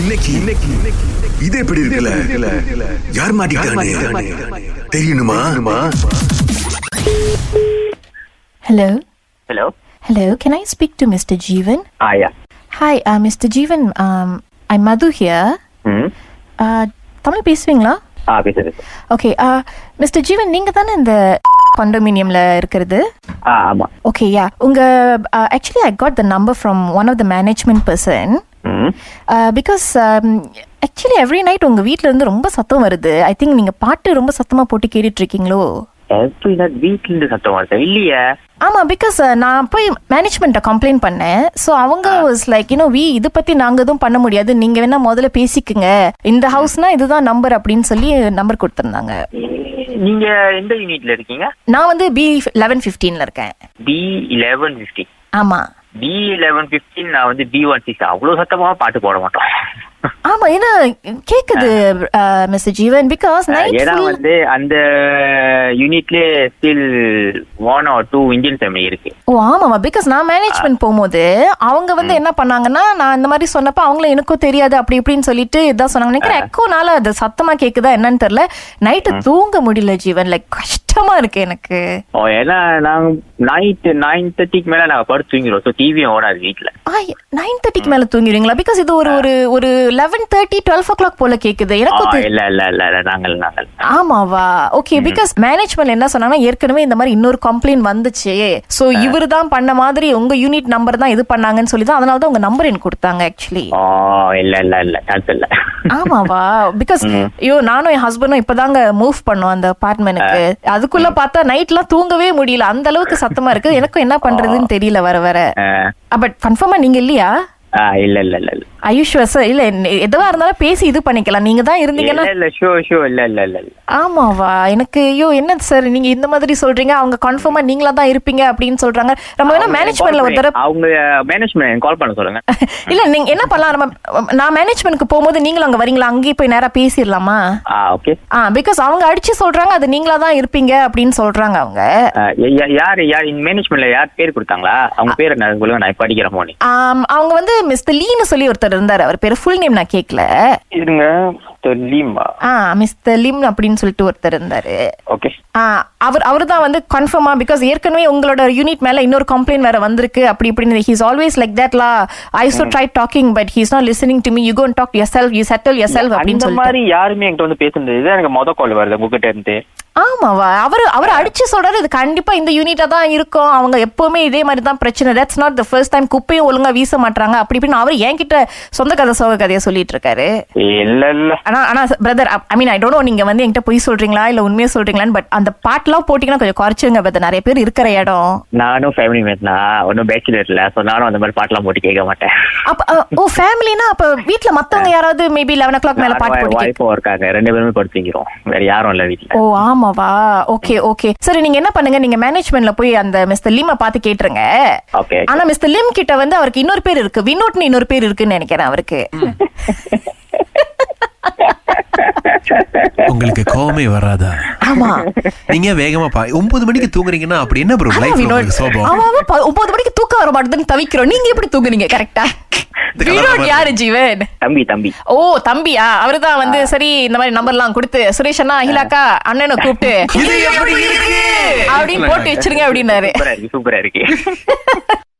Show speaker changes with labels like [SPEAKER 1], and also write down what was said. [SPEAKER 1] இன்னைக்கு இன்னைக்கு இது எப்படி இருக்குல்ல யார் மாட்டிக்கிட்டானே தெரியணுமா
[SPEAKER 2] Hello.
[SPEAKER 3] Hello.
[SPEAKER 2] Hello. Can I speak to Mr. Jeevan?
[SPEAKER 3] Ah, yeah.
[SPEAKER 2] Hi, uh, Mr. Jeevan. Um, I'm Madhu here.
[SPEAKER 3] ம்
[SPEAKER 2] Uh, தமிழ் பேசுவீங்களா uh,
[SPEAKER 3] ஆ பேசு பேசு
[SPEAKER 2] ஓகே மிஸ்டர் ஜீவன் நீங்கள் தானே இந்த காண்டோமினியமில் இருக்கிறது
[SPEAKER 3] ஆ ஆமாம்
[SPEAKER 2] ஓகே யா உங்கள் actually I got the number from one of the management person
[SPEAKER 3] hmm
[SPEAKER 2] because actually every night உங்கள் வீட்டிலேருந்து ரொம்ப சத்தம் வருது ஐ திங்க் நீங்கள் பாட்டு ரொம்ப சத்தமாக போட்டு கேட்டுட்டு இருக்கீங்களோ
[SPEAKER 3] எவ்ரி நாட் வீட்ல இருந்து சத்தம் வருது இல்லையே
[SPEAKER 2] ஆமாம் பிகாஸ் நான் போய் மேனேஜ்மெண்ட்டை கம்ப்ளைண்ட் பண்ணேன் ஸோ அவங்க வாஸ் லைக் யூனோ வி இது பற்றி நாங்கள் எதுவும் பண்ண முடியாது நீங்கள் வேணா முதல்ல பேசிக்குங்க இந்த ஹவுஸ்னா இதுதான் நம்பர் அப்படின்னு சொல்லி நம்பர் கொடுத்துருந்தாங்க
[SPEAKER 3] நீங்க எந்த யூனிட்ல இருக்கீங்க
[SPEAKER 2] நான் வந்து பி லெவன் ஃபிஃப்டீனில் இருக்கேன்
[SPEAKER 3] பி லெவன் பிப்டி
[SPEAKER 2] ஆமாம்
[SPEAKER 3] பி லெவன் பிப்டின் நான் வந்து பி ஒன் சிக்ஸ் அவ்வளோ சத்தமா பாட்டு போட மாட்டோம்
[SPEAKER 2] ஆமா ஏன்னா கேக்குது மிஸ்டர் ஜீவன் பிகாஸ் நைட்
[SPEAKER 3] ஏன்னா வந்து அந்த யூனிட்ல still one or two Indian family இருக்கு
[SPEAKER 2] ஓ ஆமாமா பிகாஸ் நான் மேனேஜ்மெண்ட் போகும்போது அவங்க வந்து என்ன பண்ணாங்கன்னா நான் இந்த மாதிரி சொன்னப்ப அவங்கள எனக்கும் தெரியாது அப்படி இப்படின்னு சொல்லிட்டு இதான் சொன்னாங்க நினைக்கிறேன் எக்கோனால அது சத்தமா கேக்குதா என்னன்னு தெரியல நைட்டு தூங்க முடியல ஜீவன் லைக் கஷ்டமா இருக்கு எனக்கு
[SPEAKER 3] ஓ ஏன்னா நாங்க நைட் நைன் தேர்ட்டிக்கு மேல நாங்க படுத்து தூங்கிடுவோம் ஸோ டிவியும் ஓடாது வீட்ல
[SPEAKER 2] நைன் தேர்ட்டிக்கு மேல தூங்கிடுவீங்களா பிகாஸ் இது ஒரு ஒரு ஒரு eleven thirty twelve o'clock போல கேக்குது
[SPEAKER 3] ஆ,
[SPEAKER 2] எனக்கும் தெரி-
[SPEAKER 3] இல்ல இல்ல இல்ல இல்ல, நாங்கள் நாங்கள்
[SPEAKER 2] ஆமாவா ஓகே பிகாஸ் மேனேஜ்மெண்ட் என்ன சொன்னாங்கன்னா ஏற்கனவே இந்த மாதிரி இன்னொரு கம்ப்ளைண்ட் வந்துச்சு சோ இவர் தான் பண்ண மாதிரி உங்க யூனிட் நம்பர் தான் இது பண்ணாங்கன்னு சொல்லி தான் அதனால தான் உங்க நம்பர் எனக்கு கொடுத்தாங்க ஆக்சுவலி
[SPEAKER 3] ஓ இல்ல இல்ல இல்ல சான்ஸ் இல்ல
[SPEAKER 2] ஆமாவா பிகாஸ் ஐயோ நானும் என் ஹஸ்பண்டும் இப்பதாங்க மூவ் பண்ணோம் அந்த அபார்ட்மெண்ட்டுக்கு அதுக்குள்ள பார்த்தா நைட்லாம் தூங்கவே முடியல அந்த அளவுக்கு சத்தமா இருக்கு எனக்கும் என்ன பண்றதுன்னு தெரியல வர வர
[SPEAKER 3] ஆ.
[SPEAKER 2] பட் கன்ஃபார்மா நீங்க இல்லையா
[SPEAKER 3] ஆ, இல்ல இல்ல இல்ல இல்ல
[SPEAKER 2] ஐயுஷ்வர் சார் இல்ல எதுவா இருந்தாலும் பேசி இது பண்ணிக்கலாம் நீங்க தான் இருந்தீங்கன்னா
[SPEAKER 3] இல்ல இல்ல ஷோ ஷோ இல்ல இல்ல இல்ல இல்ல
[SPEAKER 2] ஆமாவா எனக்கு ஐயோ என்ன சார் நீங்க இந்த மாதிரி சொல்றீங்க அவங்க கன்ஃபார்மா நீங்களா தான் இருப்பீங்க அப்படின்னு சொல்றாங்க நம்ம வேணா மேனேஜ்மெண்ட்ல ஒரு தடவை
[SPEAKER 3] அவங்க மேனேஜ்மெண்ட் கால் பண்ண சொல்லுங்க
[SPEAKER 2] இல்ல நீங்க என்ன பண்ணலாம் நம்ம நான் மேனேஜ்மெண்ட்க்கு போகும்போது நீங்களும் அங்க வரீங்களா அங்கேயே போய் நேரா பேசிடலாமா
[SPEAKER 3] ஆ ஓகே
[SPEAKER 2] ஆ பிகாஸ் அவங்க அடிச்சு சொல்றாங்க அது நீங்களா தான் இருப்பீங்க அப்படின்னு சொல்றாங்க அவங்க
[SPEAKER 3] யார் யார் இந்த மேனேஜ்மெண்ட்ல யார் பேர் கொடுத்தாங்களா அவங்க பேர் என்ன சொல்லுங்க நான் இப்ப அடிக்கிறேன் போனி
[SPEAKER 2] ஆம், அவங்க வந்து மிஸ்டர் லீன்னு சொல்லி ஒருத்தர் இருந்தார் அவர் பேர் ஃபுல் நேம் நான் கேட்கல
[SPEAKER 3] இருங்க லீமா
[SPEAKER 2] ஆ மிஸ்டர் லிம் அப்படின்னு சொல்லிட்டு ஒருத்தர் இருந்தாரு
[SPEAKER 3] ஓகே
[SPEAKER 2] ஆ, அவர் அவர் தான் வந்து கன்ஃபார்மா பிகாஸ் ஏற்கனவே உங்களோட யூனிட் மேல இன்னொரு கம்ப்ளைண்ட் வேற வந்திருக்கு அப்படி இப்படின்னு ஹீஸ் ஆல்வேஸ் லைக் தட் லா I so try talking but he's not listening to me you gonna talk yourself you settle yourself அப்படின்னு
[SPEAKER 3] அந்த
[SPEAKER 2] சொல்லிட்டு
[SPEAKER 3] மாதிரி யாருமே என்கிட்ட வந்து பேசுனது இது எனக்கு மொத கால் வருது உங்ககிட்ட இருந்து
[SPEAKER 2] ஆமாவா அவர் அவர் அடிச்சு சொல்றாரு இது கண்டிப்பா இந்த யூனிட்டா தான் இருக்கும் அவங்க எப்பவுமே இதே மாதிரி தான் பிரச்சனை that's not the first time குப்பையும் ஒழுங்கா வீச மாட்டாங்க அப்படி இப்படின்னு அவர் என்கிட்ட சொந்த கதை சோக கதையை சொல்லிட்டு இருக்காரு
[SPEAKER 3] இல்ல இல்ல
[SPEAKER 2] ஆனா ஆனா brother I mean I don't know நீங்க வந்து என்கிட்ட பொய் சொல்றீங்களா இல்ல உண்மையா சொல்றீங்களான்னு பட் அந்த பாட்டுலாம் போட்டீங்கன்னா கொஞ்சம் குறைச்சுங்க பிரதர் நிறைய பேர் இருக்கிற இடம்
[SPEAKER 3] நானும் ஃபேமிலி மேட் தான் ஒன்றும் பேச்சுலர் இல்ல ஸோ நானும் அந்த மாதிரி பாட்டெல்லாம் போட்டு கேட்க மாட்டேன்
[SPEAKER 2] அப்ப அஹ், ஓ ஃபேமிலினா அப்ப வீட்ல மத்தவங்க யாராவது மேபி லெவன் ஓ கிளாக் மேல பாட்டு போட்டு கேக்க-
[SPEAKER 3] வாய்ப்பும் இருக்காங்க ரெண்டு பேருமே படுத்துக்கிறோம் வேற யாரும் இல்ல வீட்டுல
[SPEAKER 2] ஓ ஆமாவா ஓகே ஓகே சரி நீங்க என்ன பண்ணுங்க நீங்க மேனேஜ்மெண்ட்ல போய் அந்த மிஸ்டர் லீம பார்த்து கேட்டுருங்க
[SPEAKER 3] ஓகே
[SPEAKER 2] ஆனா மிஸ்டர் லிம் கிட்ட வந்து அவருக்கு இன்னொரு பேர் இருக்கு வினோட்னு இன்னொரு பேர் இருக்குன்னு நினைக்கிறேன் அவருக்கு
[SPEAKER 4] உங்களுக்கு கோவமே வராதா
[SPEAKER 2] ஆமா
[SPEAKER 4] நீங்க வேகமா பா ஒன்பது மணிக்கு தூங்குறீங்கன்னா அப்படி என்ன ப்ரோ
[SPEAKER 2] ஆமா,
[SPEAKER 4] லைஃப்
[SPEAKER 2] வினோட்.
[SPEAKER 4] உங்களுக்கு சோபம்
[SPEAKER 2] அவன் அவன் ப- ஒன்பது மணிக்கு தூக்கம் வர மாட்டேதுன்னு தவிக்கிறோம் நீங்க எப்படி தூங்குறீங்க கரெக்டா
[SPEAKER 4] இந்த கதை
[SPEAKER 2] வினோட்
[SPEAKER 4] மாதிரி.
[SPEAKER 2] யாரு ஜீவன்
[SPEAKER 3] தம்பி தம்பி
[SPEAKER 2] ஓ தம்பியா அவர்தான் வந்து சரி இந்த மாதிரி நம்பர்லாம் கொடுத்து சுரேஷ் அண்ணா அகிலாக்கா அண்ணனை கூப்பிட்டு
[SPEAKER 4] இது எப்படி இருக்கு
[SPEAKER 2] அப்படின்னு போட்டு வச்சிருங்க அப்படின்னாரு
[SPEAKER 3] சூப்பரா இருக்கு சூப்பரா இருக்கு